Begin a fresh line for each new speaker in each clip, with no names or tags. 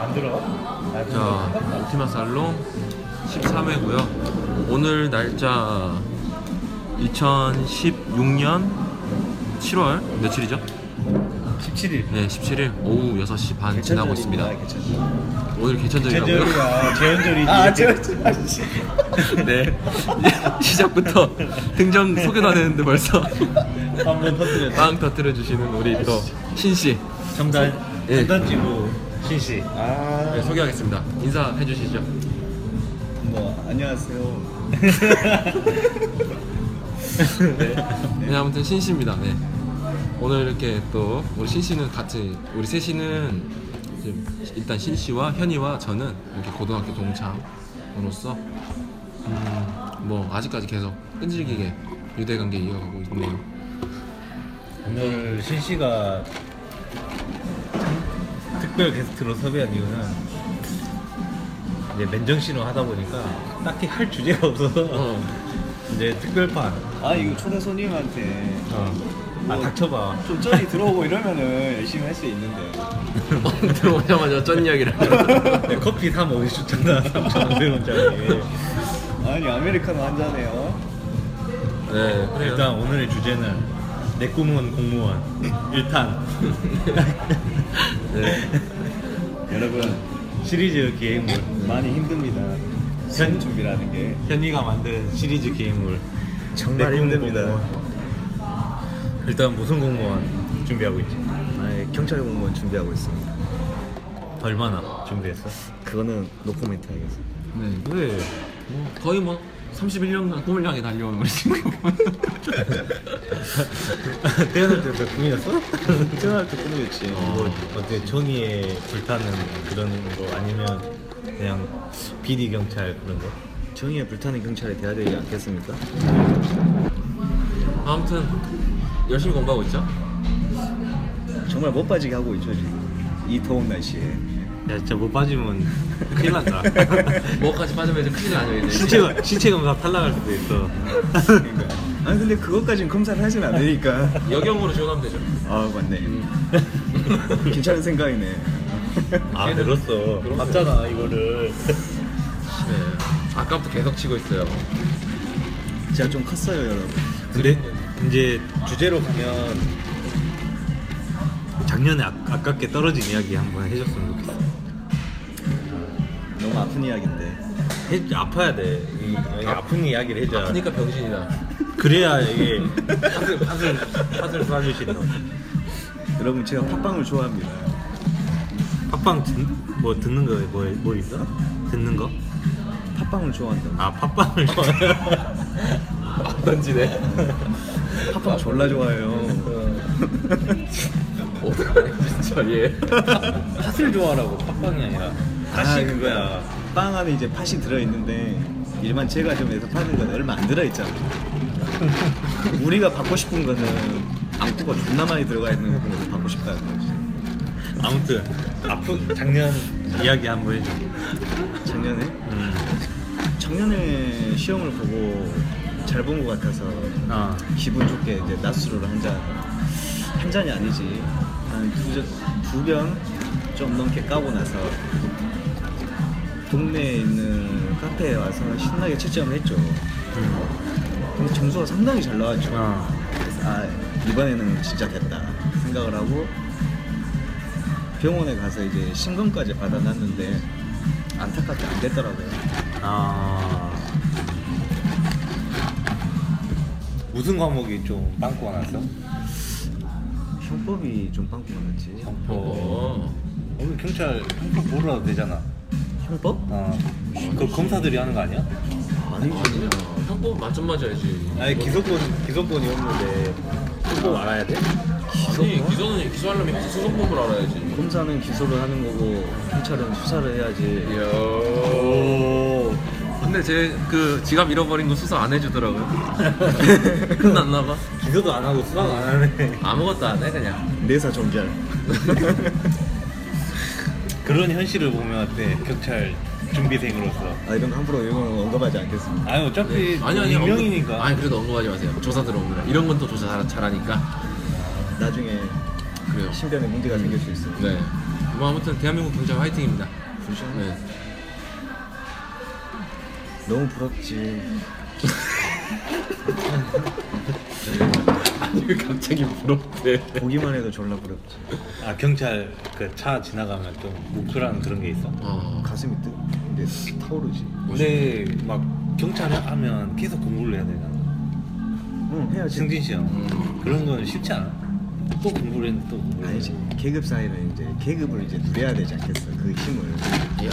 안 들어?
자, 울티마 살롱 13회고요. 오늘 날짜 2016년 7월 며칠이죠?
17일.
네, 17일 오후 6시 반 지나고 있습니다. 오늘 개천절이라고요?
제절이야, 재현절이지.
아, 제가 지금 아저씨.
네. 이제 시작부터 등장 소개도 안 했는데 벌써
한번 터뜨렸다.
빵 터뜨려 주시는 우리 또 신씨
정단,
예.
정단지구 신씨.
아,
네, 소개하겠습니다. 인사해 주시죠.
뭐, 안녕하세요.
네, 아무튼 신씨입니다. 네. 오늘 이렇게 또 우리 신씨는 같이 우리 셋이는 이제 일단 신씨와 현이와 저는 이렇게 고등학교 동창으로서 음, 뭐 아직까지 계속 끈질기게 유대 관계 이어가고 있네요.
오늘 신씨가 특별 게스트로 섭외한 이유는 이제 맨정신으로 하다 보니까 딱히 할 주제가 없어서
어,
이제 특별판.
아, 이거 초대 손님한테
아, 닥쳐봐.
좀 쩔이 들어오고 이러면은 열심히 할 수 있는데.
들어오자마자 쩐 이야기를 하더라고요.
네, 커피 3 5 0주잖아 3,500원짜리.
아니, 아메리카노 한 잔에요.
네, 그래요.
일단 오늘의 주제는 내 꿈은 공무원 1탄
네.
여러분,
시리즈 기획물
많이 힘듭니다. 시험 준비라는 게.
현이가 만든 시리즈 기획물
정말
내 꿈은
힘듭니다.
공무원. 일단 무슨 공무원 준비하고 있지?
아, 경찰 공무원 준비하고 있습니다.
얼마나 준비했어?
그거는 노코멘트 하겠습니다.
네, 그래. 뭐 거의 뭐 31년간 꿈을 향해 달려온 우리 친구.
태어날 때부터 꿈이었어?
태어날 때 꿈이었지.
뭐 어떻게 종이에 불타는 그런 거 아니면 그냥 비디 경찰 그런 거?
정의에 불타는 경찰이 돼야 되지 않겠습니까?
아무튼 열심히 공부하고 있죠?
정말 못 빠지게 하고 있죠 지금 이 더운 날씨에.
야 진짜 못 빠지면 큰일 난다
뭐까지 빠지면 이제 큰일 나죠 이제.
신체가, 신체 검사 탈락할 수도 있어
그러니까. 아니 근데 그것까지는 검사를 하진 않으니까.
여경으로 지원하면 되죠.
아
음.
맞네. 괜찮은 생각이네.
아 늘었어 맞잖아 이거를
네. 아까부터 계속 치고 있어요.
제가 좀 컸어요 여러분.
근데 이제 주제로 가면 작년에 아, 아깝게 떨어진 이야기 한번 해줬으면 좋겠어
너무 아픈 이야기인데.
해, 아파야 돼 이, 이 아픈 이야기를 해줘야
그러니까 병신이다.
그래야 이게 팥을 팥을 팥을 쏴주시는
여러분 제가 팥빵을 좋아합니다.
팥빵 듣, 뭐 듣는 거 뭐 뭐 있어? 듣는 거?
팥빵을 좋아한다.
아 팥빵을 좋아해
막 던지네.
팥빵 아, 어. 졸라 좋아해요.
어떡하냐 진짜 얘.
팥을 좋아하라고 팥빵이 아니라
아, 빵 안에 이제 팥이 들어있는데 일반 제과점에서 파는 건 얼마 안 들어있잖아. 우리가 받고 싶은 거는 안구가 존나 많이 들어가 있는 걸 받고 싶다는 거지.
아무튼 아프 작년 이야기 한번 해줘
작년에?
음.
작년에 시험을 보고 잘 본 것 같아서
아.
기분 좋게 이제 낮술을 한 잔. 한 잔이 아니지. 한두병 좀 넘게 까고 나서 동네에 있는 카페에 와서 신나게 채점을 했죠.
음.
근데 점수가 상당히 잘 나왔죠.
아.
그래서 아 이번에는 진짜 됐다 생각을 하고 병원에 가서 이제 신검까지 받아놨는데 안타깝게 안 됐더라고요.
아. 무슨 과목이 좀 빵꾸가 났어?
형법이 좀 빵꾸가 났지.
어.
오늘 경찰 형법 보러라도 되잖아.
형법?
어. 그 검사들이 하는 거 아니야?
아니지.
아니야. 형법 만점 맞아야지.
아니 기소권 기소권이 없는데 형법 알아야 돼?
아니 기소는 기소하려면 형사 소송법을 알아야지.
검사는 기소를 하는 거고 경찰은 수사를 해야지.
이야.
오.
근데 제 그 지갑 잃어버린 거 수사 안 해주더라고요. 끝났나 봐.
기소도 안 하고 수학 안 하네.
아무것도 안 해 그냥.
내사 종결.
그런 현실을 보면 어때? 경찰 준비생으로서.
아 이런 거 함부로 이런 건 언급하지 않겠습니다.
아니 어차피
네. 아니 아니
익명이니까.
아니 그래도 언급하지 마세요. 조사 들어오느라 이런 건 또 조사 잘, 잘하니까
나중에
그래요.
신변에 문제가 생길 수 있어요.
네. 뭐 아무튼 대한민국 경찰 화이팅입니다. 네.
너무 부럽지.
갑자기 부럽대.
보기만 해도 졸라 부럽지.
아 경찰 그 차 지나가면 좀 뭉클한 그런 게 있어.
어.
가슴이 뜨. 근데 타오르지.
근데 네, 막 경찰 하면 계속 공부를 해야 되잖아.
응 해야지.
승진 씨야.
음.
그런 건 쉽지 않아. 또 공부를 했는데 또 공부를
아니지.
해야지.
계급 사회는 이제 계급을 이제 누려야 되지 않겠어. 그 힘을.
이야.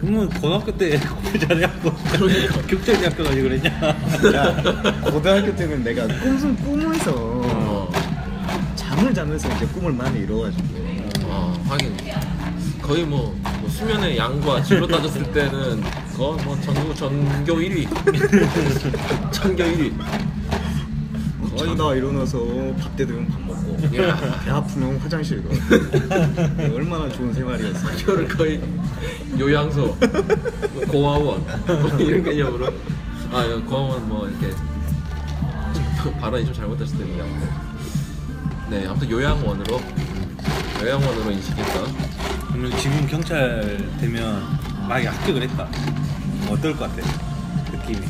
그러면 고등학교 때 공부 잘해갖고
그러니까.
경찰대학교 가지 그랬냐?
야, 고등학교 때는 내가 꿈을 꾸면서
어.
잠을 자면서 이제 꿈을 많이 이뤄가지고.
어, 하긴. 거의 뭐, 뭐 수면의 양과 질로 따졌을 때는 거의 뭐 전국 전교 1위. 전교 1위. 어, 거의
자다 일어나서 밥 때 되면 밥 먹고
야.
배 아프면 화장실 가 얼마나 좋은 생활이었어
학교를 거의 요양소, 고아원 뭐 이런 개념으로 아 이거 고아원 뭐 이렇게 발언이 좀 잘못됐을 때문에 아무튼. 네 아무튼 요양원으로 요양원으로 인식했던
그러면 지금 경찰 되면 만약에 합격을 했다. 어떨 것 같아? 느낌이.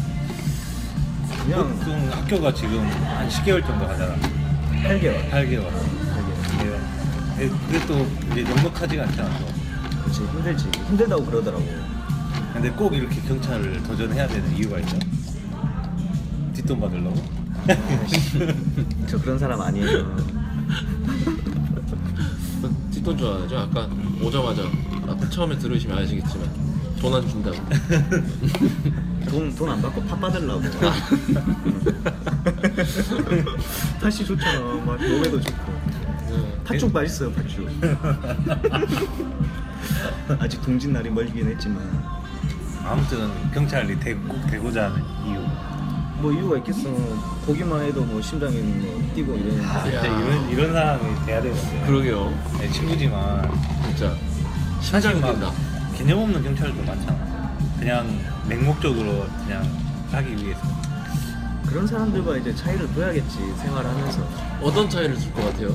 그냥
보통 학교가 지금 한 10개월 정도 가잖아.
8개월
8개월. 8개월. 근데 또 이제 넉넉하지가 않잖아. 또.
그치 힘들지 힘들다고 그러더라고
근데 꼭 이렇게 경찰을 도전해야 되는 이유가 있죠? 뒷돈 받으려고?
저 그런 사람 아니에요
뒷돈 좋아하죠 아까 오자마자 아까 처음에 들으시면 아시겠지만 돈 안 준다고
돈안 받고 팥 받으려고 팥이 좋잖아 막 몸에도 좋고
네.
팥죽 맛있어요 팥죽 아직 동진 날이 멀긴 했지만
아무튼 경찰이 되, 꼭 되고자 하는 이유
뭐 이유가 있겠어 보기만 해도 뭐 심장이 뭐 뛰고 이러는데
아, 진짜
야.
이런, 이런 사람이 돼야 되거든요
그러게요
내 친구지만
진짜
사실
심장이
막
뛴다
개념 없는 경찰도 많잖아 그냥 맹목적으로 그냥 하기 위해서
그런 사람들과 이제 차이를 둬야겠지 생활하면서
어떤 차이를 줄 것 같아요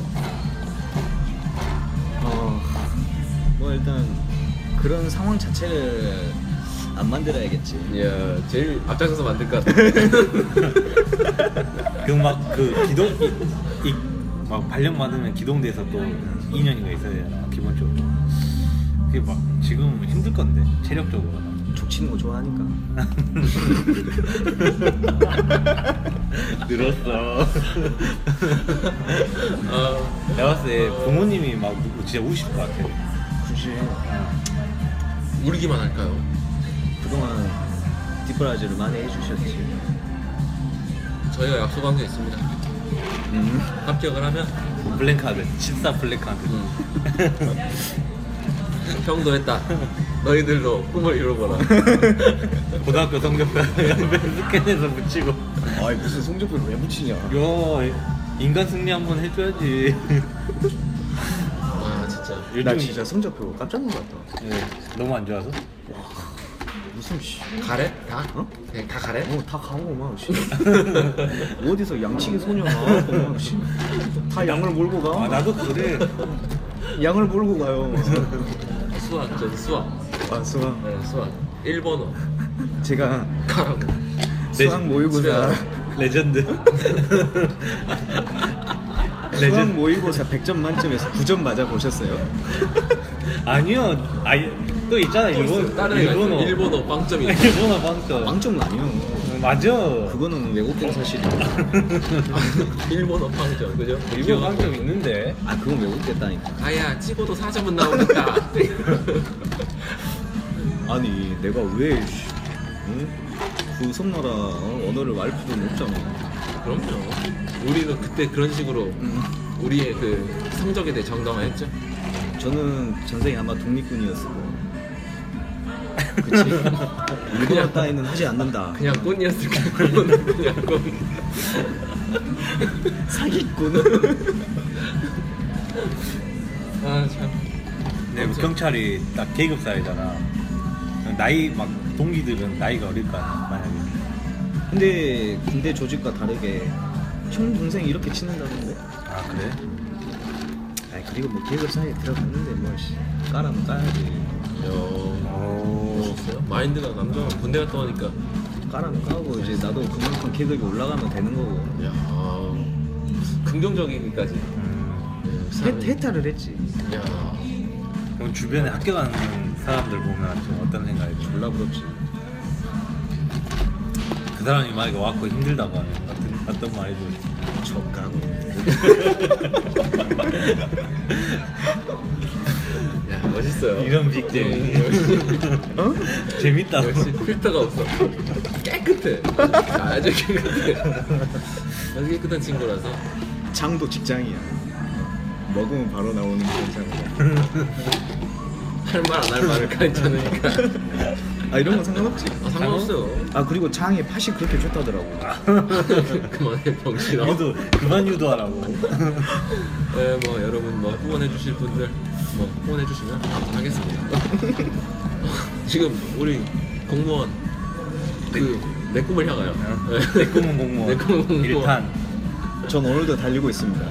어, 어뭐 일단 그런 상황 자체를 안 만들어야겠지
이야 제일 앞장서서 만들 것 같아
그 막 그 기동 이, 막 발령 받으면 기동돼서 또 2년이가 있어야 되잖아 기본적으로 그게 막 지금 힘들 건데 체력적으로
족치는 거 좋아하니까
늘었어
아,
내가 봤을 때 부모님이 막 누구 진짜 우실 것 같아.
굳이
울기만 할까요?
그동안 뒷바라지를 많이 해주셨지
저희가 약속한 게 있습니다.
음.
합격을 하면
블랙카드, 진짜 블랙카드.
형도 했다. 너희들도 꿈을 이뤄보라.
고등학교 성적표 옆에 스캔해서 붙이고.
아이 무슨 성적표를 왜 붙이냐
야, 인간 승리 한번 해줘야지.
와 아, 진짜.
나
요즘
진짜 성적표 깜짝 놀랐다
네, 너무 안 좋아서?
무슨 씨
가래? 다?
어?
그냥 다 가래?
어, 다 강호 막 씨. 어디서 양치기 소녀가 막 씨. 다 양을 몰고 가
아, 나도 그래.
양을 몰고 가요
수학 저기 수학.
아 수학
네 수학. 1번호
제가
가라고.
수학 모의고사
레전드.
수학 모의고사 100점 만점에서 9점 맞아 보셨어요?
아니요, 아니, 또 있잖아, 일본,
다른 애가
일본어.
있어요. 일본어 빵점이.
일본어 방점.
빵점은 아니요.
맞아.
그거는 왜곡된 사실이에요.
일본어 빵점 그죠?
일본어
기억-
방점 있는데.
아 그건 왜곡됐다니까.
아야 찍어도 4점은 나오니까.
아니 내가 왜 씨, 응? 그 섬나라 언어를 말피도 못잖아.
그럼요. 우리는 그때 그런 식으로 우리의 그 성적에 대해 정당화했죠.
저는 전생에 아마 독립군이었을 거예요. 그치? 일본어 따위는 하지 않는다.
그냥 꼰이었을 거야. 그거는 그냥 꼰.
사기꾼.
아 참.
네, 뭐 경찰이 딱 계급 사회잖아. 나이 막 동기들은 나이가 어릴 거 아니야 만약에.
근데 군대 조직과 다르게 형 동생 이렇게 치는다는데?
아 그래?
아이 그리고 뭐 계급 사이에 들어갔는데 뭐 씨, 까라면 까야지
요 마인드가 남자가 군대 갔다 오니까
까라면 까고 이제 나도 그만큼 계급이 올라가면 되는 거고
야 긍정적이기까지.
음.
네, 사람이-
해, 탈을 했지
야
그럼 주변에 학교 가는 사람들 보면 좀 어떤 생각이 들어요?
졸라 부럽지
그 사람이 만약에 왔고 힘들다고 하면 어떤, 어떤 말이 들어요?
족가고
야, 멋있어요.
이런 빅잼.
네, 역시,
재밌다고
역시 필터가 없어. 깨끗해. 아주 깨끗해. 아주 깨끗한 친구라서.
장도 직장이야 먹으면 바로 나오는 게 이상해
할 말 안 할 말을 괜찮으니까
아 이런 건 상관없지
아, 상관없어요
아 그리고 장에 팥이 그렇게 좋다더라고
그만해 병신아
유도 그만 유도하라고
네뭐 여러분 뭐 후원해 주실 분들 뭐 후원해 주시면 감사하겠습니다 지금 우리 공무원 그 내 꿈을 향하여 네.
내 꿈은 공무원
내 꿈은 공무원.
1탄
전 오늘도 달리고 있습니다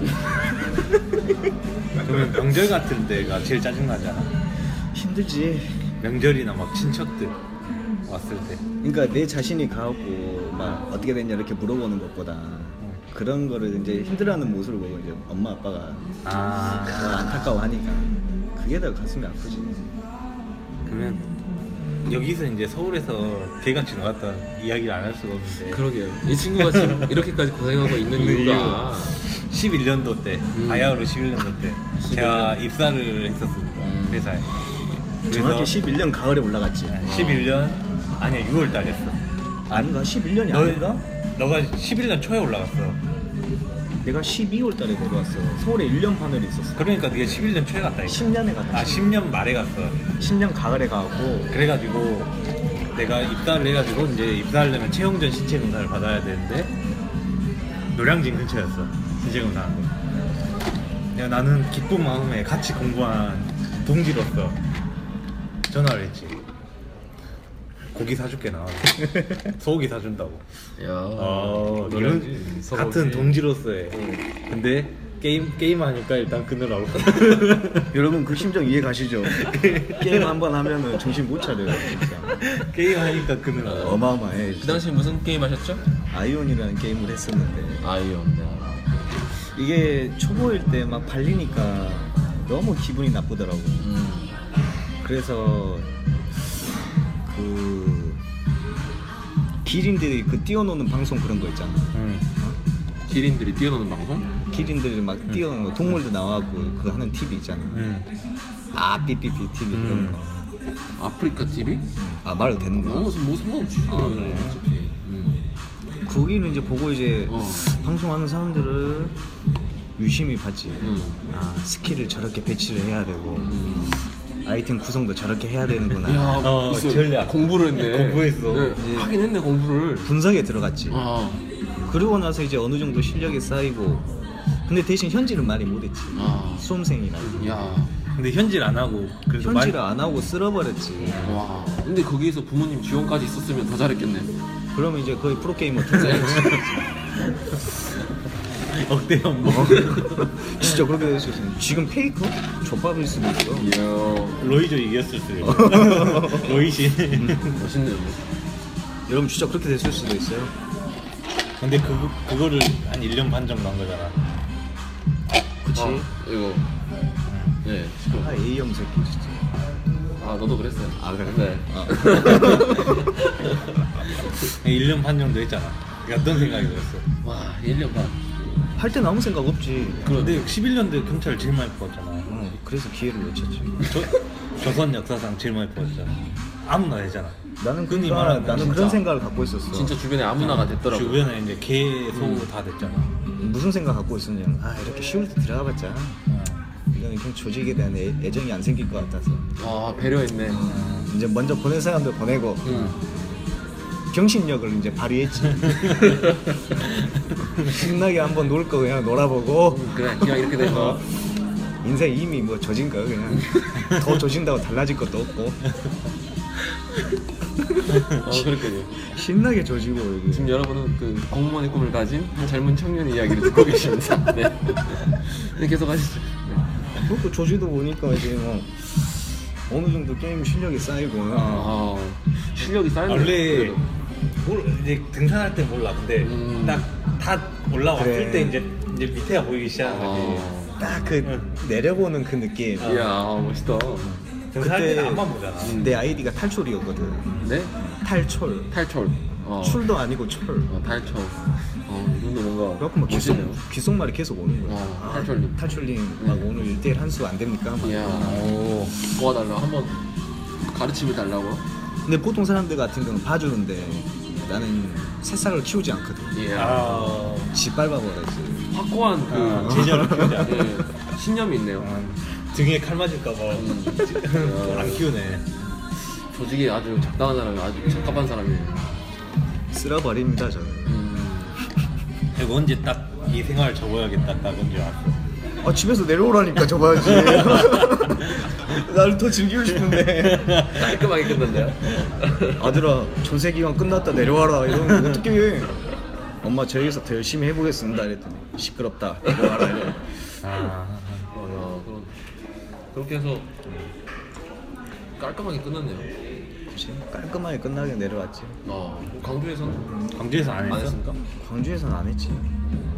그러면 명절 같은 때가 제일 짜증나잖아
힘들지
명절이나 막 친척들 왔을 때
그러니까 내 자신이 가고 막 어떻게 됐냐 이렇게 물어보는 것보다 그런 거를 이제 힘들어하는 모습을 보고 이제 엄마 아빠가
아,
아, 안타까워하니까 그게 더 가슴이 아프지.
그러면 여기서 이제 서울에서 걔가 지나갔다 이야기를 안 할 수가 없는데
그러게요 이 친구가 지금 이렇게까지 고생하고 있는
근데
이유가
11년도 때
음.
바야흐로 11년도 때
11년도.
제가 입사를 했었습니다
음.
회사에
정확히 11년 가을에 올라갔지.
11년 아니야 6월 달 했어
아, 아닌가? 11년이
너-
아닌가?
너가 11년 초에 올라갔어
내가 12월 달에 내려왔어. 서울에 1년 반을 있었어.
그러니까 네가 11년 초에 갔다 했어
10년에 갔다.
아 10년 말에 갔어
10년 가을에 가고
그래가지고 내가 입사를 해가지고 이제 입사하려면 채용전 신체 검사를 받아야 되는데 노량진 근처였어 신체 검사하는 거. 내가 나는 기쁜 마음에 같이 공부한 동지로서 전화를 했지. 고기 사줄게 나. 소고기 사준다고.
야그
어,
아, 노량진
이런
서울
같은
혹시-
동지로서의.
응.
근데 게임 게임 하니까 일단 그느라고.
여러분 그 심정 이해 가시죠? 게임 한 번 하면은 정신 못 차려요. 진짜.
게임 하니까 그느라고.
어마어마해.
그 당시 무슨 게임 하셨죠?
아이온이라는 게임을 했었는데
아이요 네.
이게 초보일 때 막 발리니까 너무 기분이 나쁘더라고.
음.
그래서 그 기린들이 그 뛰어노는 방송 그런 거 있잖아.
응.
기린들이 뛰어노는 방송?
기린들이 막
음.
뛰어노는 거 동물도 나와갖고 그 하는 TV 있잖아.
응.
아 삐삐삐 TV 그런
음.
거.
아프리카 TV?
아 말도 되는
뭐
거야?
무슨 뭐 상관없지 그거는 어차피. 음.
거기는 이제 보고 이제
어.
방송하는 사람들을 유심히 봤지.
음.
아 스킬을 저렇게 배치를 해야 되고
음.
아이템 구성도 저렇게 해야 되는구나.
야,
어,
무슨
전략.
공부를 했네.
공부했어.
네,
예.
하긴 했네 공부를.
분석에 들어갔지.
아,
그러고 나서 이제 어느 정도 실력이 쌓이고 근데 대신 현질은 많이 못했지
아.
수험생이라
야,
근데 현질 안 하고 그래서 많이-
현질을 안 하고 쓸어버렸지
와. 근데 거기에서 부모님 지원까지 있었으면 더 잘했겠네.
그러면 이제 거의 프로게이머 되지
억대 연봉
어. 진짜 그렇게 될 수 있어 지금 페이커? 족밥일 수도 있어
이야,
로이조 이겼을 수도 있고 로이신
멋있네요.
여러분 진짜 그렇게 됐을 수도 있어요
근데 그, 그거를 한 1년 반 정도 한 거잖아
그치?
아, 이거. 네.
아 A형 새끼 진짜
아, 너도 그랬어요.
아 그래?
네.
아.
1년 반 정도 했잖아 어떤 생각이 들었어?
와, 1년 반.
할 때는 아무 생각 없지
근데 11년도에 경찰 제일 많이 뽑았잖아
응, 그래서 기회를 놓쳤지
조, 조선 역사상 제일 많이 뽑았잖아 아무나 되잖아
나는
흔히
그러니까
말하는
나는
진짜
그런 생각을 갖고 있었어
진짜 주변에 아무나가 됐더라고.
주변에 이제 계속
음.
다 됐잖아
무슨 생각 갖고 있었냐면 아 이렇게 쉬울 때 들어가봤자 이거는 그냥 조직에 대한 애, 애정이 안 생길 것 같아서
아, 배려했네.
이제 먼저 보낸 사람들 보내고
음.
경신력을 이제 발휘했지 신나게 한번 놀 거 그냥 놀아보고 뭐,
그래, 그냥 이렇게
어,
돼서.
인생 이미 뭐 조진 거야 그냥 더 조진다고 달라질 것도 없고
어, 그렇군요.
신나게 조지고 이게.
지금 여러분은 그 공무원의 꿈을 가진 한 젊은 청년 의 이야기를 듣고 계십니다. 네. 네, 계속 하시죠. 네.
그리고 조지도 보니까 이제 막 어느 정도 게임 실력이 쌓이고
아, 실력이 쌓였네.
원래
그래도.
몰, 이제 등산할 때 몰라. 근데
음.
딱 다 올라왔을
그래. 어.
때 이제 이제 밑에가 보이기 시작한 거지.
아,
딱 그 내려보는 그 느낌
아.
이야 멋있다.
등산할
그때-
때는 앞만 보잖아.
내 아이디가 탈출이었거든
네?
탈출
탈출. 어,
출도 아니고 철
어, 탈출. 어, 이분도 뭔가
그래갖고 막 귓속,
멋있네요.
귓속말이 뭐 계속 오는 거야
어,
아,
탈출님.
탈출님 막 오늘 1대1 한 수 안 됩니까? 막.
이야, 오, 도와달라. 한번 가르침을 달라고.
근데 보통 사람들 같은 경우는 봐주는데 나는 새싹을 키우지 않거든
이야,
아,
짓밟아버려야지
확고한 그
아, 제자를 키우지 않아.
예, 신념이 있네요.
아, 등에 칼 맞을까봐
음.
안 키우네.
조직이 아주 적당한 사람이 아주 적합한 사람이에요.
쓸어버립니다 저는
음,
그리고 언제 딱 이 생활 접어야겠다 딱 언제 왔어.
아 집에서 내려오라니까 저봐야지 나를 더 즐기고 싶은데
깔끔하게 끝났네요. 어,
아들아 전세기간 끝났다 내려와라 이러면 어떻게 해 엄마 저희에서 더 열심히 해보겠습니다 이랬더니 시끄럽다 내려와라 이래
아,
어, 야, 그런 그렇게 해서 깔끔하게 끝났네요.
그치? 깔끔하게 끝나게 내려왔지
어, 광주에서는
광주에서 음. 안
안
했어?
했습니까?
광주에서는 안 했지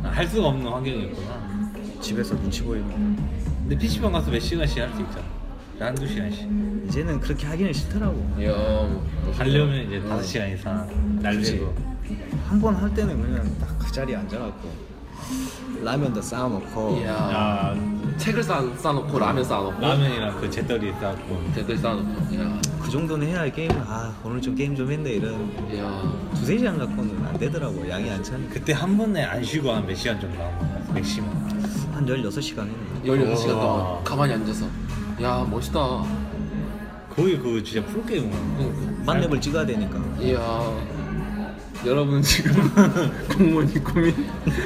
아, 할 수가 없는 환경이었구나.
집에서 눈치 보이는
근데 PC방 가서 몇 시간씩 할 수 있잖아. 한두 시간씩.
이제는 그렇게 하기는 싫더라고
이야, 멋있다.
가려면 이제
음.
다섯 시간 이상 날리고.
한 번 할 때는 그냥 딱 그 자리에 앉아갖고 라면도 싸워 먹고
이야,
아,
책을 쌓, 쌓아놓고 라면 쌓아놓고
라면이랑 그 재떨이 쌓고.
댓글 쌓아놓고. 이야,
그 정도는 해야 게임 아 오늘 좀 게임 좀 했네 이런
이야,
두세 시간 갖고는 안 되더라고 양이 안 차니까
그때 한 번에 안 쉬고 한 몇 시간 정도 한 거야. 맥시멈.
한 16시간 했네
16시간
우와.
동안 가만히 앉아서. 야, 멋있다.
거의 그 진짜 프로게이머.
그러니까.
만렙을 찍어야 되니까
이야, 여러분 지금 공무원이 고민,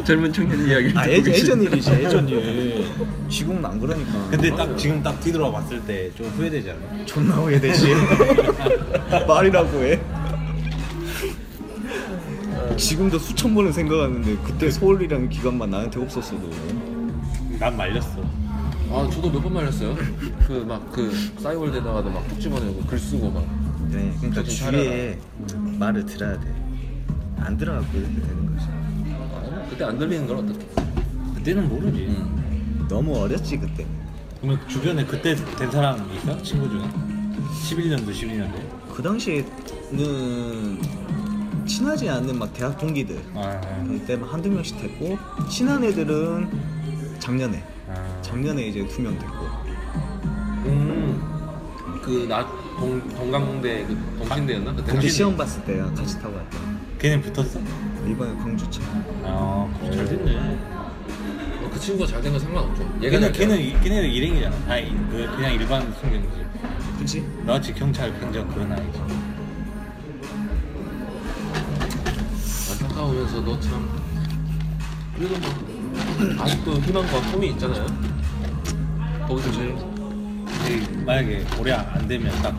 젊은 청년 이야기를
아
듣고
예전,
계신-
예전 일이지 예전 일 지금은 안 그러니까
근데 딱 지금 딱 뒤돌아 봤을 때 좀 후회되지 않아?
존나 후회되지 말이라고 해 지금도 수천 번은 생각하는데 그때 서울이라는 기간만 나한테 없었어도
난 말렸어.
아 저도 몇 번 말렸어요. 그 막 그 싸이월드에다가도 막 톡 집어내고 글 쓰고 막.
네 그러니까
그치,
주위에 말을 들어야 돼안 들어갖고 이렇게 되는 거지
아, 그때 안 들리는 걸 어떻게?
그때는 모르지.
음.
너무 어렸지 그때
그러면 주변에 그때 된 사람 있어? 친구 중에? 11년도 12년도.
그 당시에는 친하지 않는 막 대학 동기들
아,
그때 막 한두 명씩 됐고 친한 애들은 작년에
아.
작년에 이제 두 명 됐고 음.
음그나동 동강대 그 동신대였나 그때?
근데 시험 봤을 때 같이 타고 왔다
걔는 붙었어?
이번에 광주차
아, 그거 잘 됐네.
어, 그 친구가 잘 된 건 상관없죠. 얘가
걔는
잘 돼요.
걔는 이- 걔네는 일행이잖아. 아니 그 그냥 일반 승객이지.
그치?
나같이 경찰 병장 그런 아이지.
안타까우면서도 참 그래도 뭐 아직도 희망과 꿈이 있잖아요. 거기서 제일
근데 만약에 올해 안 되면 딱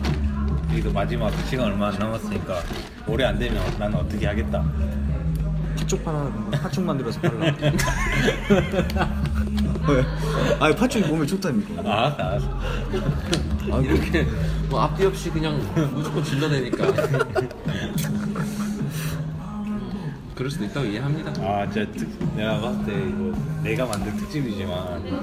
여기도 마지막 시간 얼마 안 남았으니까 올해 안 되면 나는 어떻게 하겠다.
팥죽 하나 팥죽 만들어서 팔라 아니 팥죽이 몸에 좋다니까
알았어, 알았어.
아, 그,
이렇게 뭐 앞뒤 없이 그냥 무조건 질러대니까. 그럴 수도 있다고 이해합니다.
아, 진짜 특, 내가 봤을 때 이거 내가 만든 특집이지만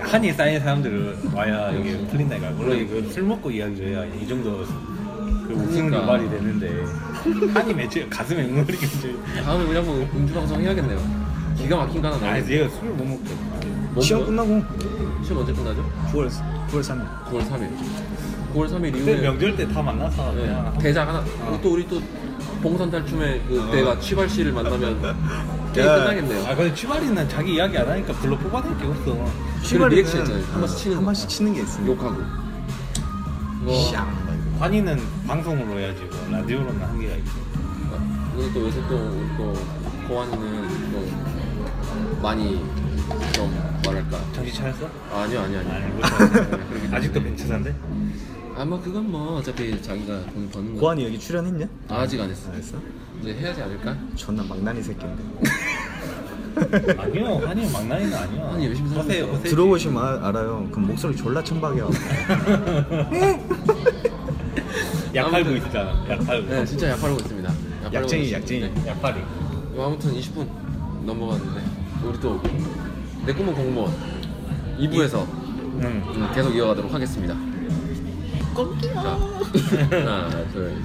한이 쌓인 사람들은 와야 이게 풀린다니까. 물론 이거 술 먹고 이야기를 해야 이 정도 그 웃음
그러니까.
유발이 되는데 한이 맺혀 가슴에 응어리겠지.
다음에 우리 한번 음주 방송 해야겠네요. 기가 막힌 거 하나
아,
나오네.
얘가 술을 못 먹겠다.
뭔
시험
거야?
끝나고
시험 언제 끝나죠?
9월 9월 3일
9월 3일. 9월 3일
그때
이후에
명절 때 다 만나서
네,
아.
그냥
대작 하나. 그리고 또 우리 또 봉선 탈춤의 그 내가 취발 씨를 만나면 게임
야.
끝나겠네요.
아 근데 취발이는 자기 이야기 안 하니까 별로 뽑아낼 게 없어
그리고 리액션 있잖아요. 한 번씩
어,
치는
한
거.
번씩 치는 게 있습니다
욕하고.
샹.
뭐,
환희는 방송으로 해야지 뭐 라디오로는 한계가 있고
그리고 또 요새 또 우리 또 고환이는 또 많이 좀 뭐랄까.
정신 차렸어?
아니요 아니요 아니요.
아니 아직도 벤치사인데?
아마 그건 뭐 어차피 자기가 돈 버는 거.
고환이 여기 출연했냐?
아직 안 했어.
안 했어?
이제 해야지 않을까?
존나 망나니 새끼인데
아니요, 한일 막나니는 아니야.
한일 열심히 살고
허세,
있어요.
허세.
들어보시면 알- 알아요. 그럼 목소리 졸라 천박이야.
약 팔고
아무튼-
있잖아. 약 팔고.
네, 진짜 약팔고 있습니다. 약팔고
약쟁이,
있습니다.
약쟁이.
네.
약 팔이.
뭐 아무튼 20분 넘어갔는데 우리 또 내 꿈은 공무원 2부에서 음,
응.
계속 이어가도록 하겠습니다. 자, 하나, 둘, 셋.